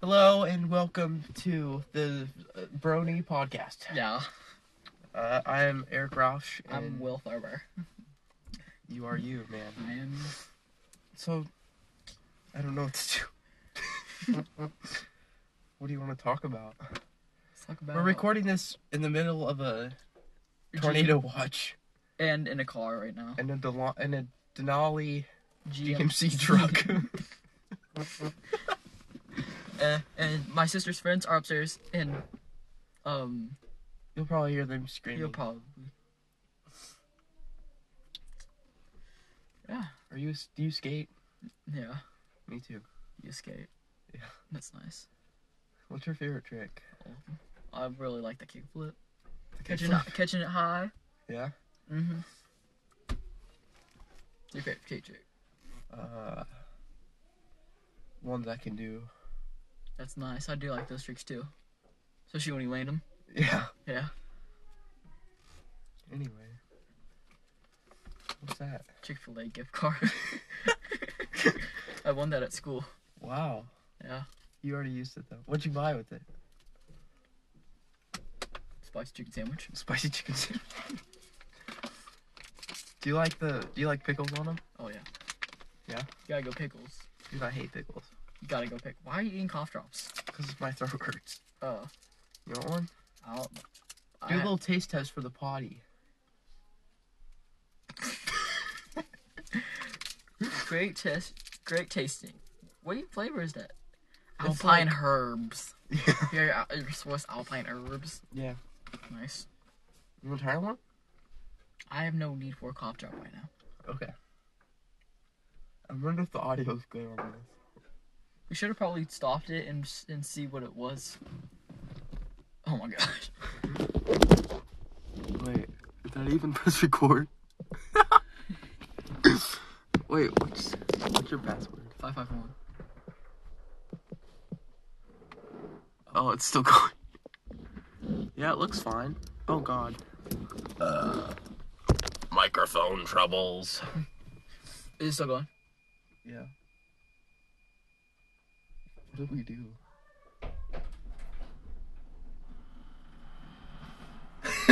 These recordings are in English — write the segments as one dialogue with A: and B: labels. A: Hello and welcome to the uh, Brony Podcast.
B: Yeah,
A: Uh, I am Eric Roush. And
B: I'm Will Thurber.
A: You are you, man.
B: I am.
A: So, I don't know what to do. what do you want to talk about?
B: Let's talk about.
A: We're recording this in the middle of a tornado watch
B: And in a car right now.
A: and a, Delo- and a Denali
B: GM.
A: GMC truck.
B: uh, and my sister's friends are upstairs, and um,
A: You'll probably hear them screaming.
B: you'll probably. Yeah,
A: are you? Do you skate?
B: yeah,
A: Me too.
B: you skate.
A: Yeah.
B: That's nice.
A: What's your favorite trick?
B: I really like the kickflip. Catching it, catching it high.
A: Yeah.
B: Mm-hmm. Your favorite skate trick.
A: Uh, ones I can do.
B: That's nice. I do like those tricks too, especially when you land them.
A: Yeah.
B: Yeah.
A: Anyway. What's that?
B: Chick fil A gift card. I won that at school.
A: Wow.
B: Yeah.
A: You already used it though. What'd you buy with it?
B: Spiced chicken sandwich.
A: Spicy chicken sandwich. do you like the? Do you like pickles on them?
B: Oh, yeah.
A: Yeah?
B: You gotta go pickles.
A: Dude, I hate pickles.
B: You gotta go pick. Why are you eating cough drops?
A: Cause my throat hurts.
B: Oh,
A: You want one?
B: I don't.
A: Do a
B: I,
A: little taste test for the potty.
B: great test. Great tasting. What flavor is that?
A: It's
B: Alpine herbs.
A: Yeah.
B: Here, uh, your Swiss alpine herbs.
A: yeah.
B: Nice.
A: You want to try one?
B: I have no need for a cough drop right now.
A: Okay. I wonder if the audio's good on this.
B: We should have probably stopped it and and see what it was. Oh my gosh.
A: Wait, did that even press record? Wait, what's what's your password?
B: Five five one.
A: Oh, it's still going. Yeah, it looks fine. Oh God. Uh, microphone troubles.
B: Is it still going?
A: Yeah. What did we do?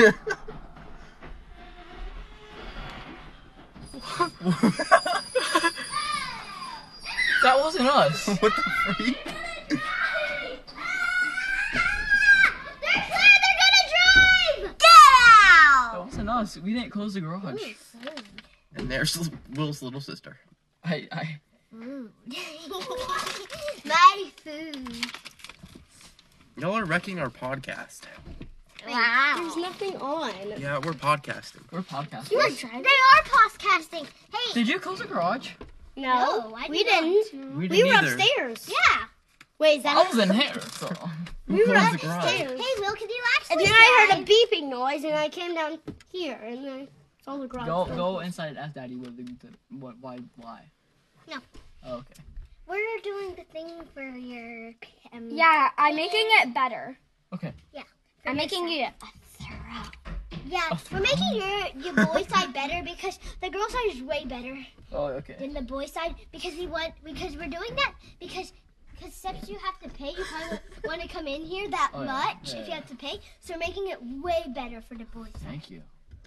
B: That wasn't us.
A: What the freak?
C: That's how they're gonna drive! Get
B: That wasn't us. We didn't close the garage.
A: And there's L- Will's little sister.
B: I, I,
C: Food. My food.
A: Y'all are wrecking our podcast.
C: Wow.
D: There's nothing on.
A: Yeah, we're podcasting.
B: we're
D: You
B: podcasting.
D: weren't driving.
C: They are podcasting. Hey,
B: Did you close the garage?
D: No,
C: No, I
D: we
C: did not.
D: didn't.
A: We,
D: Mm-hmm. We
A: didn't
D: were
A: either.
D: upstairs.
C: yeah.
D: Wait, is that?
B: I was in here. So.
D: we were
A: Close the garage.
D: upstairs.
C: Hey, Will, can you actually
D: And then I heard a beeping noise, and I came down here, and then all the garage.
B: Go
D: door.
B: go inside and ask Daddy what the, the- what why why.
C: No.
B: Oh, okay.
C: We're doing the thing for your. Um,
D: Yeah, I'm making it better.
B: Okay.
C: for your side.
D: it a throw.
C: Yeah,
B: Oh.
C: we're making your your boy side better because the girl side is way better
B: Oh okay.
C: than the boy side because we want because we're doing that because. Because steps you have to pay, you probably won't want to come in here that
B: Oh, yeah.
C: much
B: Yeah,
C: if you
B: yeah.
C: have to pay. So we're making it way better for the boys.
B: Thank you.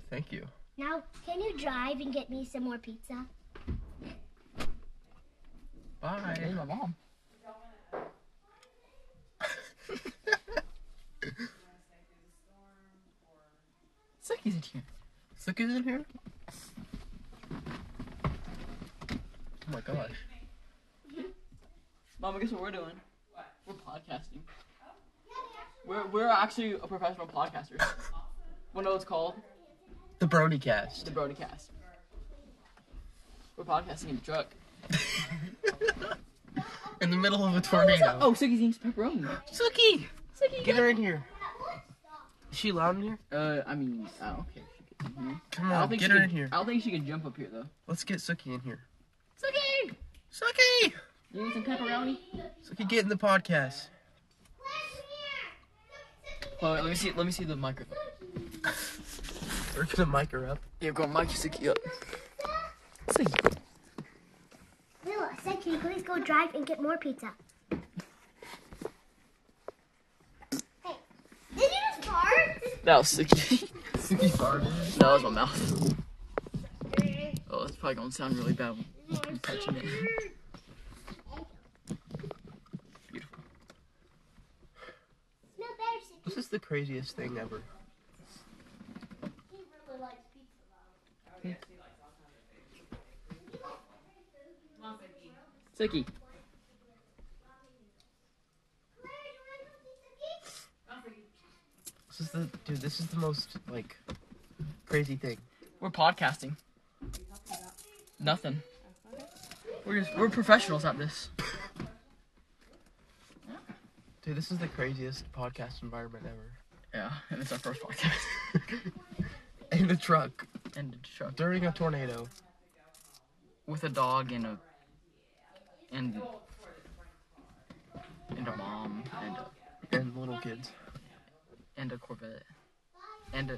A: Thank you.
C: Now, can you drive and get me some more pizza?
B: Hey,
A: Bye.
B: my mom. Sucky's in here.
A: Suki's in here? Oh my gosh.
B: Mama, guess what we're doing? What? We're podcasting. We're we're actually a professional podcaster. Wonder what it's called?
A: The Brody cast.
B: The broadcast. We're podcasting in the truck.
A: In the middle of a tornado.
B: Oh, Suki's eating pepperoni.
A: Suki! Get her in here. Is she loud in here?
B: Uh, I mean, I don't care. if she gets in here.
A: Come
B: I
A: on,
B: don't think
A: get
B: she
A: her
B: can,
A: in here.
B: I don't think she can jump up here though.
A: Let's get Suki in here.
B: Suki,
A: Suki!
B: you need some pepperoni?
A: Suki, get in the podcast.
B: Oh, wait, let me see. Let me see the microphone.
A: We're gonna mic her up.
B: Yeah, go mic Suki up. Suki.
C: Lila said, can you please go drive and get more pizza?
B: That was sticky.
A: Sticky farted.
B: that was my mouth. Oh, that's probably gonna sound really bad when I'm touching it. Beautiful.
C: Smell better, Sydney.
A: This is the craziest thing ever.
C: He really likes pizza.
B: Sticky.
A: This is the dude. This is the most like crazy thing.
B: We're podcasting. Nothing. We're just we're professionals at this.
A: Dude, this is the craziest podcast environment ever.
B: Yeah, and it's our first podcast.
A: In a truck
B: and a truck
A: during a tornado.
B: with a dog and a and and a mom and a,
A: and little kids.
B: and a Corvette and a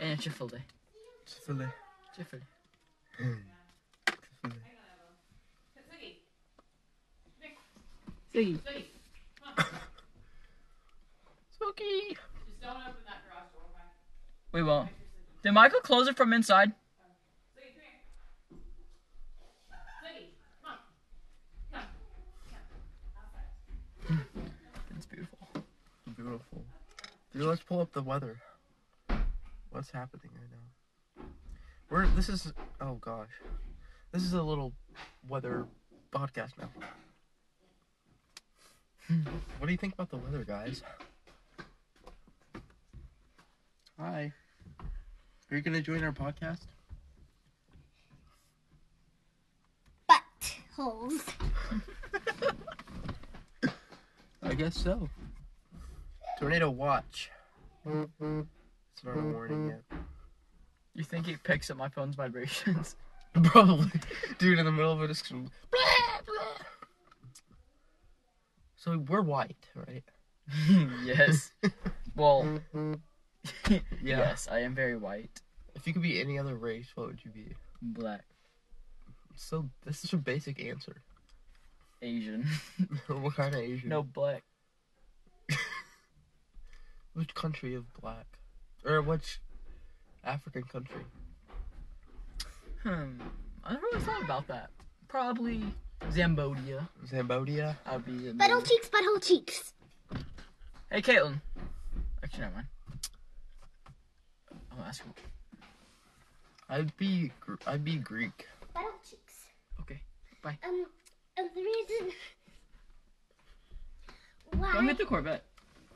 B: and a Chick-fil-A.
A: Chick-fil-A.
B: Chick-fil-A.
A: Chick-fil-A.
B: Ziggy. Spooky. We won't. Did Michael close it from inside? It's beautiful.
A: Beautiful. Dude, let's pull up the weather. What's happening right now? We're this is oh gosh. This is a little weather podcast now. Hmm. what do you think about the weather, guys? Hi. Are you gonna join our podcast?
C: Butt holes.
A: I guess so. Tornado watch. Mm-hmm. It's not a warning yet.
B: You think it picks up my phone's vibrations?
A: Probably. Dude, in the middle of a discussion. So we're white, right?
B: yes. Well, yes, I am very white.
A: If you could be any other race, what would you be?
B: Black.
A: So this is a basic answer.
B: Asian.
A: what kind of Asian?
B: no, black.
A: Which country of black? Or which African country?
B: Hmm. I never really thought about that. Probably Zambodia.
A: Cambodia?
B: I would be in
C: Butthole cheeks, butthole cheeks.
B: Hey, Caitlin. Actually, never mind. I'll ask him.
A: I'd be Gr- I'd be Greek.
C: Butthole cheeks.
B: Okay.
C: Um, um the reason
B: Don't
C: why
B: hit the Corvette.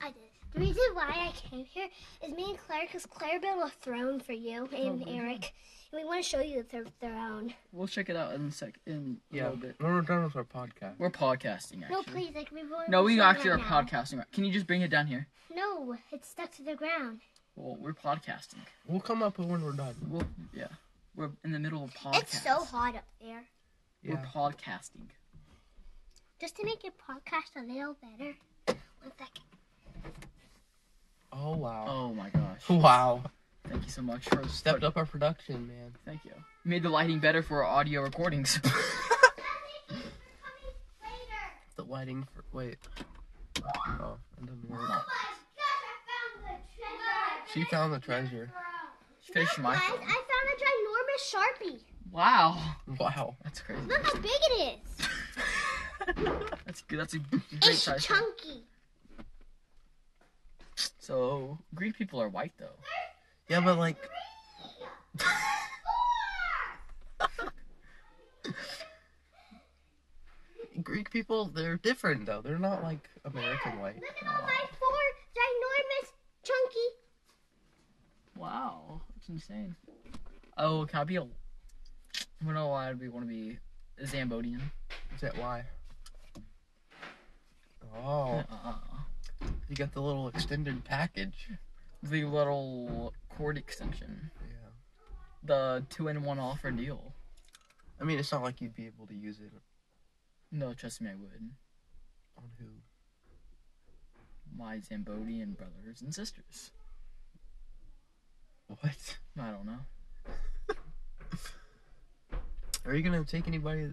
C: I did. The reason why I came here is me and Claire, because Claire built a throne for you
B: Oh,
C: and Eric, and we want to show you the th- throne.
B: We'll check it out in a sec. In a
A: Yeah.
B: little bit.
A: When we're done with our podcast.
B: We're podcasting, actually.
C: No, please, like we want.
B: No, we actually are
C: now.
B: podcasting. Can you just bring it down here?
C: No, it's stuck to the ground.
B: Well, we're podcasting.
A: We'll come up when we're done.
B: Well, yeah. We're in the middle of podcast.
C: It's so hot up there.
B: We're
A: Yeah.
B: podcasting.
C: Just to make your podcast a little better. One second.
A: Oh wow.
B: Oh my gosh.
A: Wow.
B: Thank you so much for
A: Stepped up our production, man.
B: Thank you. Made the lighting better for our audio recordings.
A: The lighting for wait. Oh, it doesn't work. She found the treasure.
B: Fish my.
C: Guys, I found a ginormous sharpie.
B: Wow.
A: Wow.
B: That's crazy.
C: Look how big it is.
B: That's good. That's a great
C: It's
B: size.
C: chunky.
B: So Greek people are white though.
A: Yeah, but like Greek people, they're different though. They're not like American white.
C: Look at all my four ginormous chunky.
B: Wow, that's insane. Oh, can I be a? I don't know why I'd be want to be a Zambodian.
A: Is that why? Oh,
B: Uh,
A: you got the little extended package.
B: the little cord extension,
A: Yeah.
B: the two-in-one offer deal.
A: I mean, it's not like you'd be able to use it
B: No, trust me, I would.
A: on who.
B: My Zambodian brothers and sisters.
A: What?
B: I don't know.
A: Are you gonna take anybody?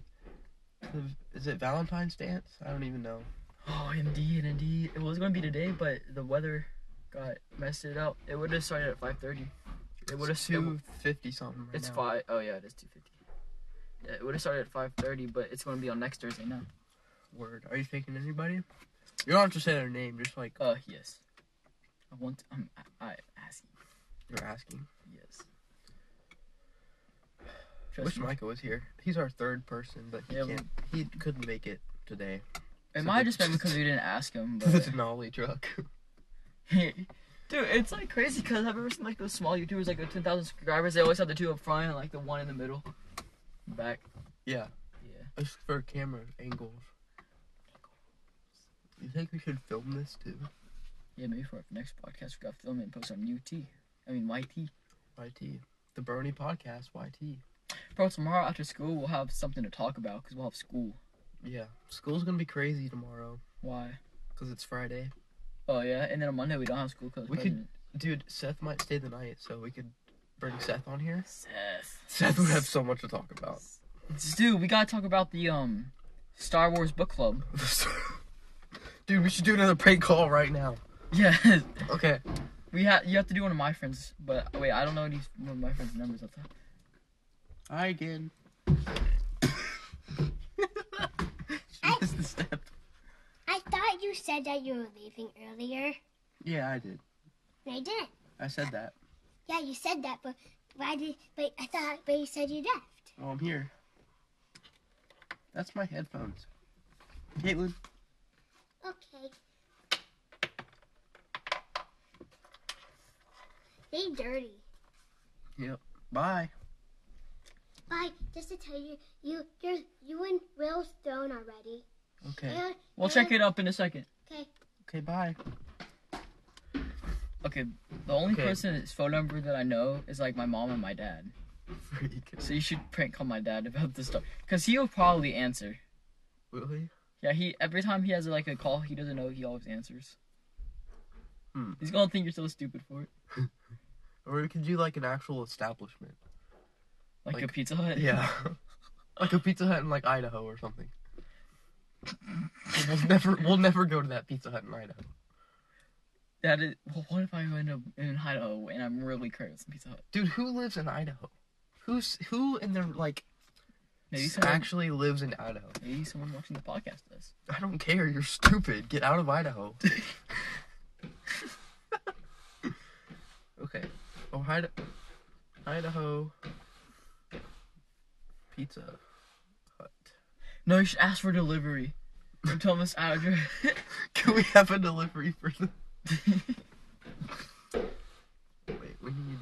A: To the, is it Valentine's dance? I don't even know.
B: Oh, indeed, indeed. It was going to be today, but the weather got messed it up. It would have started at 5:30. It would have
A: two fifty something. Right
B: It's
A: now.
B: five. Oh yeah, it is 2:50. Yeah, it would have started at 5:30, but it's going to be on next Thursday now.
A: Word. Are you taking anybody? You don't have to say their name. Just like
B: Uh, yes. I want. I'm. I, I asking.
A: you're asking.
B: Yes.
A: I
B: Trust
A: wish
B: me.
A: Michael was here. He's our third person, but he
B: Yeah,
A: can't. He couldn't make it today.
B: It might have just been because we didn't ask him,
A: To the
B: but
A: Denali truck.
B: dude, it's like crazy because I've ever seen like those small YouTubers like with 10,000 subscribers. They always have the two up front and like the one in the middle, back.
A: Yeah.
B: Yeah.
A: It's for camera angles. You think we should film this too?
B: Yeah, maybe for our next podcast we got to film it and post on UT. I mean YT.
A: YT. The Brony Podcast. YT.
B: Bro, tomorrow after school we'll have something to talk about because we'll have school.
A: Yeah. School's gonna be crazy tomorrow
B: Why?
A: because it's Friday.
B: Oh yeah, and then on Monday we don't have school because
A: We could- Dude, Seth might stay the night, so we could bring Seth on here.
B: Seth.
A: Seth would have so much to talk about.
B: Dude, we gotta talk about the um, Star Wars book club.
A: Dude, we should do another prank call right now.
B: Yes.
A: Okay.
B: We have you have to do one of my friends, but wait, I don't know any one of my friends' numbers. That's
A: Hi again. she missed the step.
C: I thought you said that you were leaving earlier.
A: Yeah, I did.
C: And I didn't.
A: I said that.
C: Yeah, you said that, but why did? But I thought, but you said you left.
A: Oh, I'm here. That's my headphones. Caitlin.
C: Okay. They dirty.
A: Bye.
C: Bye. Just to tell you, you you're, you and Will's thrown already.
A: Okay.
C: And-
B: we'll check it up in a second.
C: Okay.
A: Okay, bye.
B: Okay, the only
A: Okay.
B: person's phone number that I know is like my mom and my dad.
A: Freak.
B: So you should prank call my dad about this stuff, cause he'll probably answer.
A: Really?
B: Yeah, he every time he has like a call he doesn't know, he always answers.
A: Hmm.
B: He's gonna think you're so stupid for it,
A: Or we could do like an actual establishment.
B: like, a
A: Like-
B: Pizza Hut.
A: Yeah. like a Pizza Hut in like Idaho or something. we'll never we'll never go to that Pizza Hut in Idaho.
B: That is. Well, what if I end up in Idaho and I'm really craving some Pizza Hut?
A: Dude, who lives in Idaho? Who's who in their like
B: Maybe
A: s-
B: someone,
A: actually lives in Idaho?
B: maybe someone watching the podcast does.
A: I don't care. You're stupid. Get out of Idaho. okay. Oh, Ida- Idaho Pizza Hut.
B: No, you should ask for delivery. From Thomas Adger.
A: Can we have a delivery for the? Wait, we need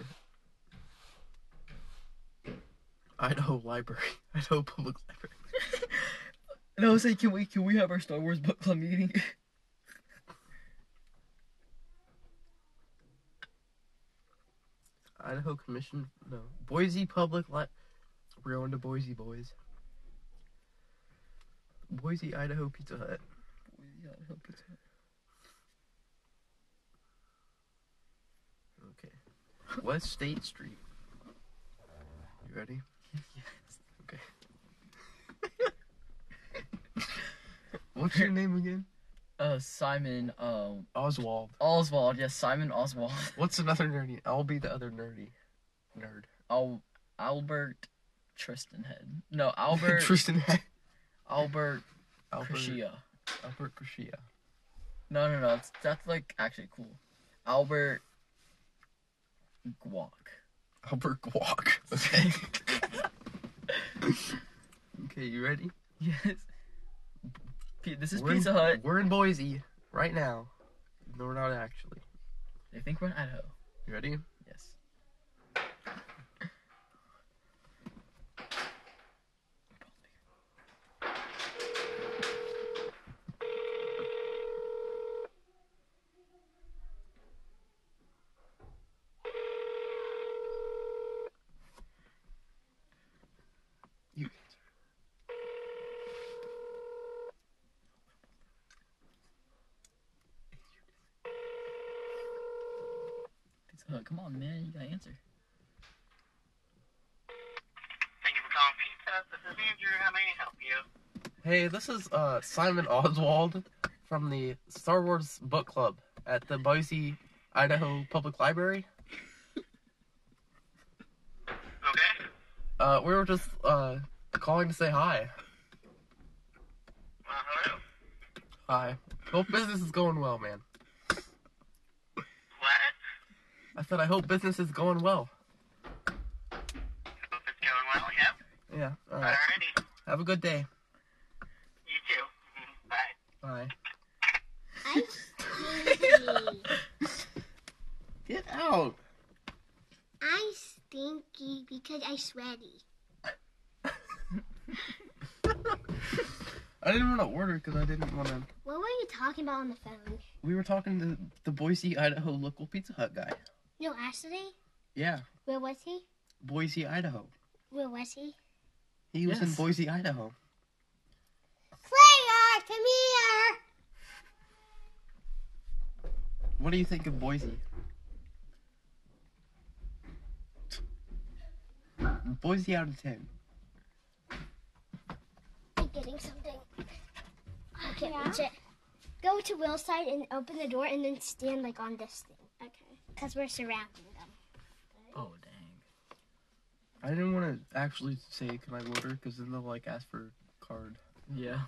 A: Idaho Library, Idaho Public Library.
B: and I was like, can we can we have our Star Wars book club meeting?
A: Idaho Commission, no, Boise Public Li. We're going to Boise, boys. Boise, Idaho Pizza Hut.
B: Yeah, I hope it's-
A: Okay. West State Street. You ready? Okay. What's your name again?
B: uh, Simon um
A: Oswald.
B: Oswald. Yes, Simon Oswald.
A: What's another nerdy? I'll be the other nerdy nerd.
B: Al- Albert Tristan Head. No, Albert
A: Tristan Heck.
B: Albert
A: Albert
B: Krishia.
A: Albert Krishia.
B: No, no, no. It's, that's like actually cool. Albert Guac.
A: Albert Guac. Okay. okay, you ready?
B: Yes. P- this is
A: We're in-
B: Pizza Hut.
A: We're in Boise right now. No, we're not actually.
B: They think we're in Idaho.
A: You ready?
B: Yes.
A: You.
B: Pizza Hut. Come on, man. You gotta answer.
E: Thank you for calling Pizza Hut. This is Andrew. How may I help you?
A: Hey, this is uh, Simon Oswald from the Star Wars Book Club at the Boise Idaho Public Library.
E: Okay.
A: Uh, we were just uh calling to say hi.
E: Uh, hello.
A: Hi. Hope business is going well, man.
E: What?
A: I said I hope business is going well.
E: Hope it's going well. Yep.
A: Yeah. All right.
E: Alrighty.
A: Have a good day.
E: You too. Mhm. Bye.
A: Bye. Get out.
C: I stinky because I sweaty.
A: I didn't want to order because I didn't want to.
C: What were you talking about on the phone?
A: We were talking to the Boise, Idaho local Pizza Hut guy.
C: No, actually,
A: Yeah,
C: where was he?
A: Boise, Idaho.
C: Where was he?
A: He was in
B: Yes.
A: Boise, Idaho.
C: Claire, come here.
A: What do you think of Boise? Boise out of 10.
C: I'm getting something. I can't reach it. Go to Will's side and open the door and then stand like on this thing. Okay. Because we're surrounding them.
B: Oh dang.
A: I didn't want to actually say, can I order? Because then they'll like ask for card.
B: Yeah.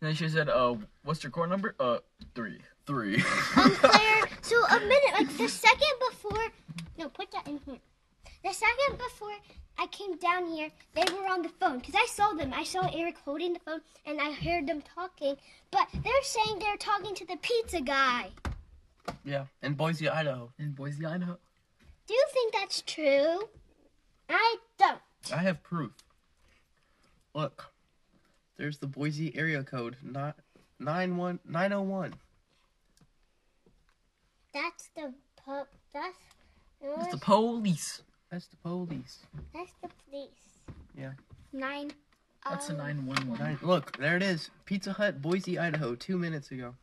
B: And then she said, "Uh, what's your core number? Uh, three.
A: Three.
C: Um, Claire, so a minute, like the second before, no, put that in here. The second before I came down here, they were on the phone because I saw them. I saw Eric holding the phone and I heard them talking, but they're saying they're talking to the pizza guy.
A: yeah, in Boise, Idaho.
B: In Boise, Idaho.
C: Do you think that's true? I don't.
A: I have proof. Look, there's the Boise area code, not 91 901.
C: That's the pub. That's,
B: It's
C: that's,
B: the
C: the,
B: police.
A: That's the police.
C: that's the police.
A: Yeah.
C: Nine.
B: That's a
C: oh,
B: nine one one.
A: Nine, look, there it is. Pizza Hut, Boise, Idaho, two minutes ago.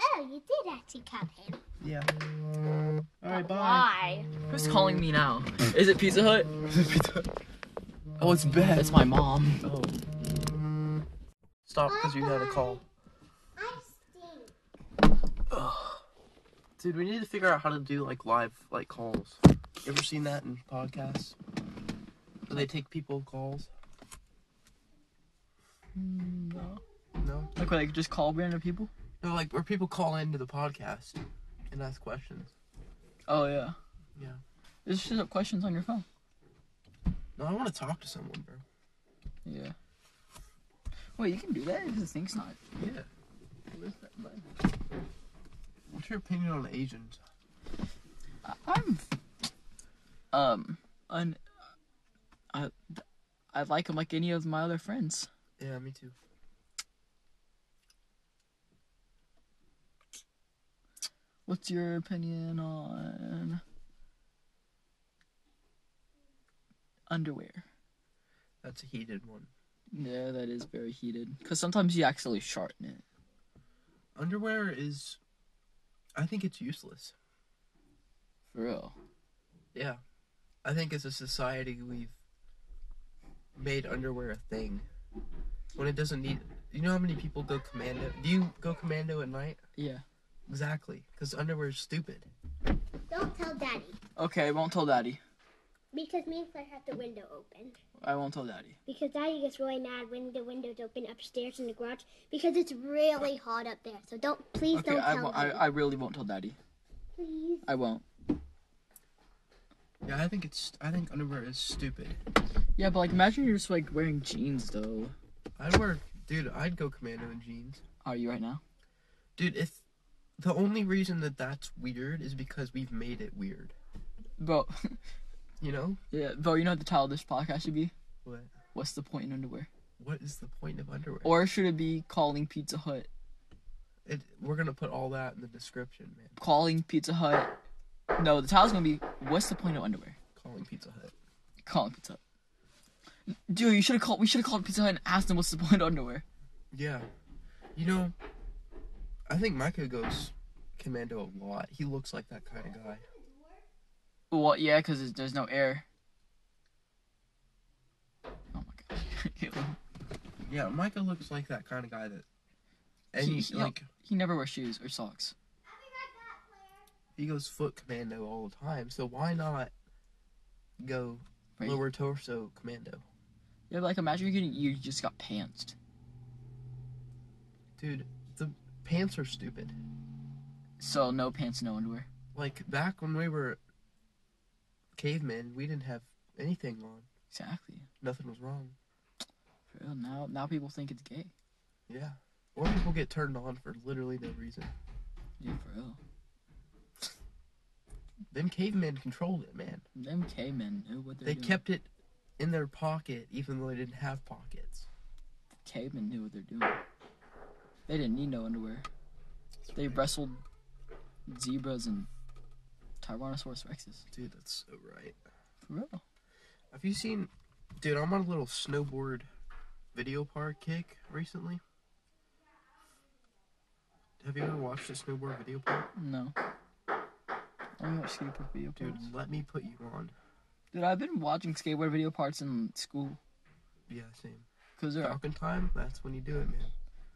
C: Oh, you did actually cut him.
A: Yeah. All right, bye.
C: Why?
B: Who's calling me now? Is it Pizza Hut?
A: oh, it's bad.
B: It's my mom.
A: Oh. Stop, because you had a call.
C: I stink.
A: Dude, we need to figure out how to do like live like calls. You ever seen that in podcasts? Do they take people calls?
B: No.
A: No.
B: Like, like just call random people.
A: No, like where people call into the podcast and ask questions.
B: Oh yeah.
A: Yeah.
B: Just shoot up questions on your phone.
A: No, I want to talk to someone, bro.
B: Yeah. Wait, you can do that. This thing's not.
A: Yeah. What's your opinion on Asians?
B: I- I'm. Um. Un. I. I like them like any of my other friends.
A: Yeah, me too.
B: What's your opinion on underwear?
A: That's a heated one.
B: Yeah, that is very heated. Cause sometimes you actually shart in it.
A: Underwear is. I think it's useless.
B: For real.
A: Yeah. I think as a society, we've made underwear a thing. When it doesn't need. You know how many people go commando? Do you go commando at night?
B: Yeah.
A: Exactly. Because underwear is stupid.
C: Don't tell Daddy.
B: Okay, I won't tell daddy.
C: Because me and Claire have the window open.
B: I won't tell daddy.
C: Because Daddy gets really mad when the window's open upstairs in the garage because it's really hot up there. So don't, please
B: Okay,
C: don't
B: I,
C: tell
B: won't, I,
C: him.
B: I really won't tell daddy.
C: please.
B: I won't.
A: Yeah, I think it's. I think underwear is stupid.
B: Yeah, but like imagine you're just like wearing jeans though.
A: I'd wear. Dude, I'd go commando in jeans.
B: Are you right now?
A: Dude, if the only reason that that's weird is because we've made it weird.
B: Bro,
A: You know?
B: yeah, bro, you know what the title of this podcast should be?
A: What?
B: What's the point in underwear?
A: What is the point of underwear?
B: Or should it be calling Pizza Hut?
A: It, we're gonna put all that in the description, man.
B: Calling Pizza Hut. No, the title's gonna be What's the point of underwear?
A: Calling Pizza Hut.
B: Calling Pizza Hut. Dude, you should have called. We should have called Pizza Hut and asked them what's the point of underwear.
A: Yeah. You know, I think Micah goes commando a lot. He looks like that kind of guy.
B: Well, yeah, because there's no air. Oh my gosh.
A: Yeah, Micah looks like that kind of guy that. And
B: He-
A: he,
B: he-
A: like
B: he never wears shoes or socks.
A: he he goes foot commando all the time. So why not go
B: Right.
A: lower torso commando,
B: Yeah, but, like imagine you getting you just got pantsed.
A: dude? The pants are stupid.
B: So no pants, no underwear.
A: Like back when we were cavemen, we didn't have anything on.
B: Exactly.
A: Nothing was wrong.
B: For real. Now now people think it's gay.
A: Yeah. Or people get turned on for literally no reason.
B: Yeah, for real.
A: Them cavemen controlled it, man.
B: Them K men knew what they're
A: They
B: doing.
A: kept it in their pocket even though they didn't have pockets.
B: cavemen knew what they're doing. They didn't need no underwear. They wrestled zebras and Tyrannosaurus rexes.
A: Dude, that's so right.
B: For real.
A: Have you seen, dude? I'm on a little snowboard video park kick recently. Have you ever watched a snowboard video park?
B: No. I don't watch skateboard video
A: Dude,
B: parts.
A: let me put you on.
B: Dude, I've been watching skateboard video parts in school.
A: Yeah, same.
B: Cause they're
A: Falcon time. That's when you do it, man.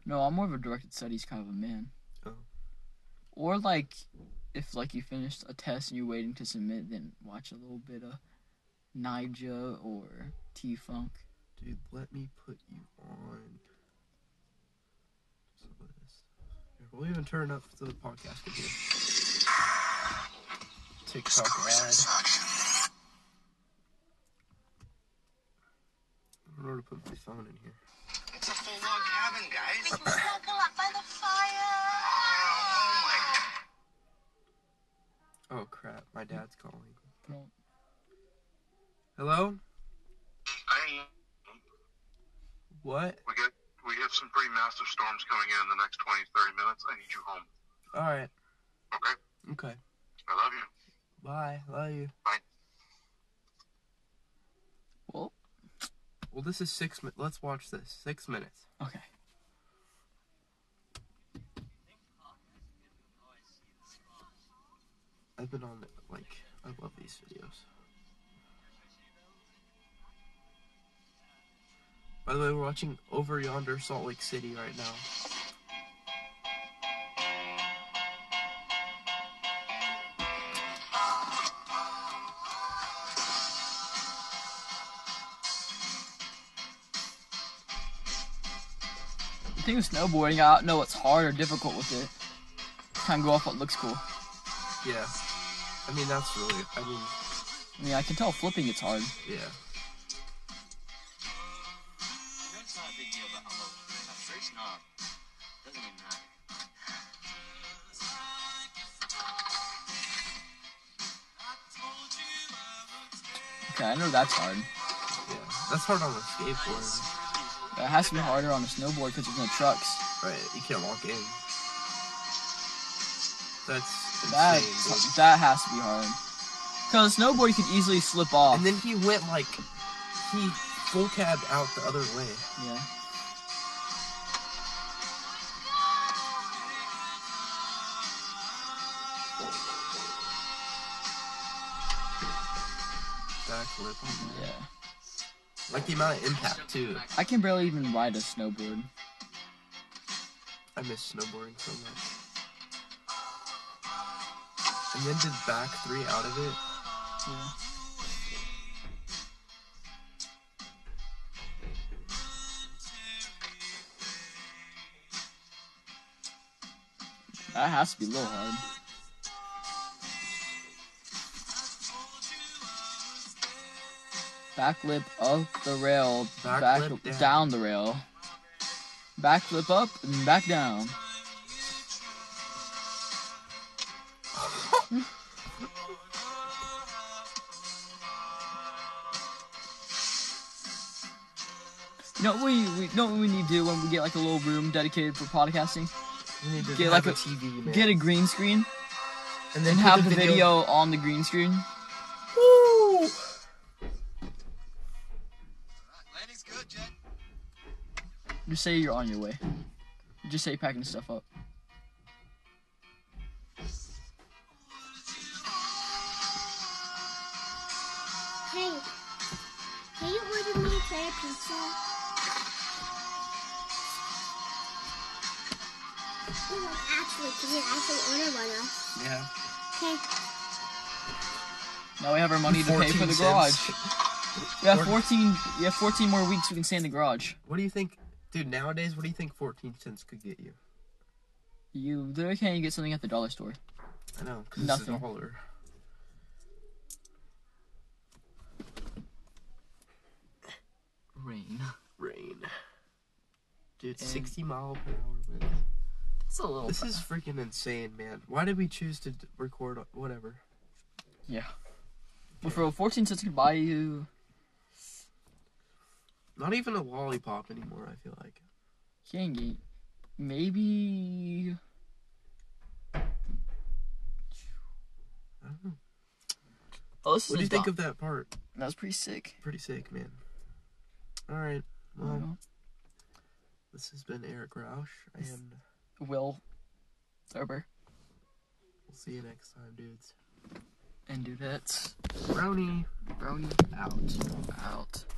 B: no, I'm more of a directed studies kind of a man.
A: Oh.
B: Or like, if like you finished a test and you're waiting to submit, then watch a little bit of Nija or T Funk.
A: Dude, let me put you on. Some of this. Here, we'll even turn up the podcast again. TikTok ad. I don't know where to put my phone in here.
E: It's a full log cabin, guys.
D: Snuggle up by the fire.
E: Oh my
A: Oh crap, my dad's calling.
B: No.
A: Hello?
E: Hey,
A: What?
E: we get we get some pretty massive storms coming in in the next 20, 30 minutes. I need you home.
A: Alright.
E: Okay,
A: Okay.
E: I love you.
A: Bye. Love you.
B: Well,
A: Well, this is six minutes. Let's watch this. Six minutes.
B: okay.
A: I've been on it. Like, I love these videos. By the way, we're watching Over Yonder Salt Lake City right now.
B: The thing with snowboarding, I don't know what's hard or difficult with it. Kind of go off what looks cool.
A: Yeah. I mean, that's really. I mean,
B: I mean, I can tell flipping it's hard.
A: yeah.
F: That's not a big deal, but I'm a, a free snob. Doesn't even matter.
B: Okay, I know that's hard.
A: Yeah. That's hard on a skateboard.
B: But it has to be harder on a snowboard because there's no trucks.
A: Right. You can't walk in. That's insane.
B: That
A: dude.
B: that has to be hard. Cause a snowboard you could easily slip off.
A: And then he went like he full cabbed out the other way.
B: yeah.
A: Backflip.
B: Yeah.
A: Like the amount of impact too.
B: I can barely even ride a snowboard.
A: I miss snowboarding so much. And then did back three out of it.
B: Yeah. That has to be a little hard. Backlip up the rail,
A: Back
B: back,
A: lip down.
B: down. the rail, backlip up and back down. You know what we, we know what we need to do when we get like a little room dedicated for podcasting?
A: We need to
B: Get
A: have
B: like a-
A: TV man.
B: Get a green screen
A: and
B: and
A: put
B: have the video on the green screen.
A: Woo!
F: Landing's good, Jet.
B: Just say you're on your way. Just say you're packing stuff up.
C: Hey, can you order me a tray of pizza? Oh, actually, can you actually order one of?
A: Yeah.
C: Okay.
B: Now we have our money to pay for the
A: 14
B: garage.
A: cents.
B: You have
A: Four-
B: 14. You have 14 more weeks we can stay in the garage.
A: What do you think, dude? Nowadays, what do you think 14 cents could get you?
B: You literally can't even get something at the dollar store.
A: I know, because it's a
B: Nothing.
A: dollar.
B: Rain.
A: Rain. Dude,
B: And-
A: 60 mile per hour winds.
B: It's a little.
A: This is freaking insane, man. Why did we choose to d- record o- whatever?
B: But for 14 cents, could buy you.
A: Not even a lollipop anymore, I feel like.
B: Can't get. Maybe.
A: I don't know.
B: Oh, this is
A: What do you think of that part?
B: That was pretty sick.
A: Pretty sick, man. Alright, well,
B: Uh-huh.
A: this has been Eric Roush, and
B: Will. Thurber.
A: we'll see you next time, dudes.
B: And do that.
A: Brownie
B: Brownie
A: out.
B: out.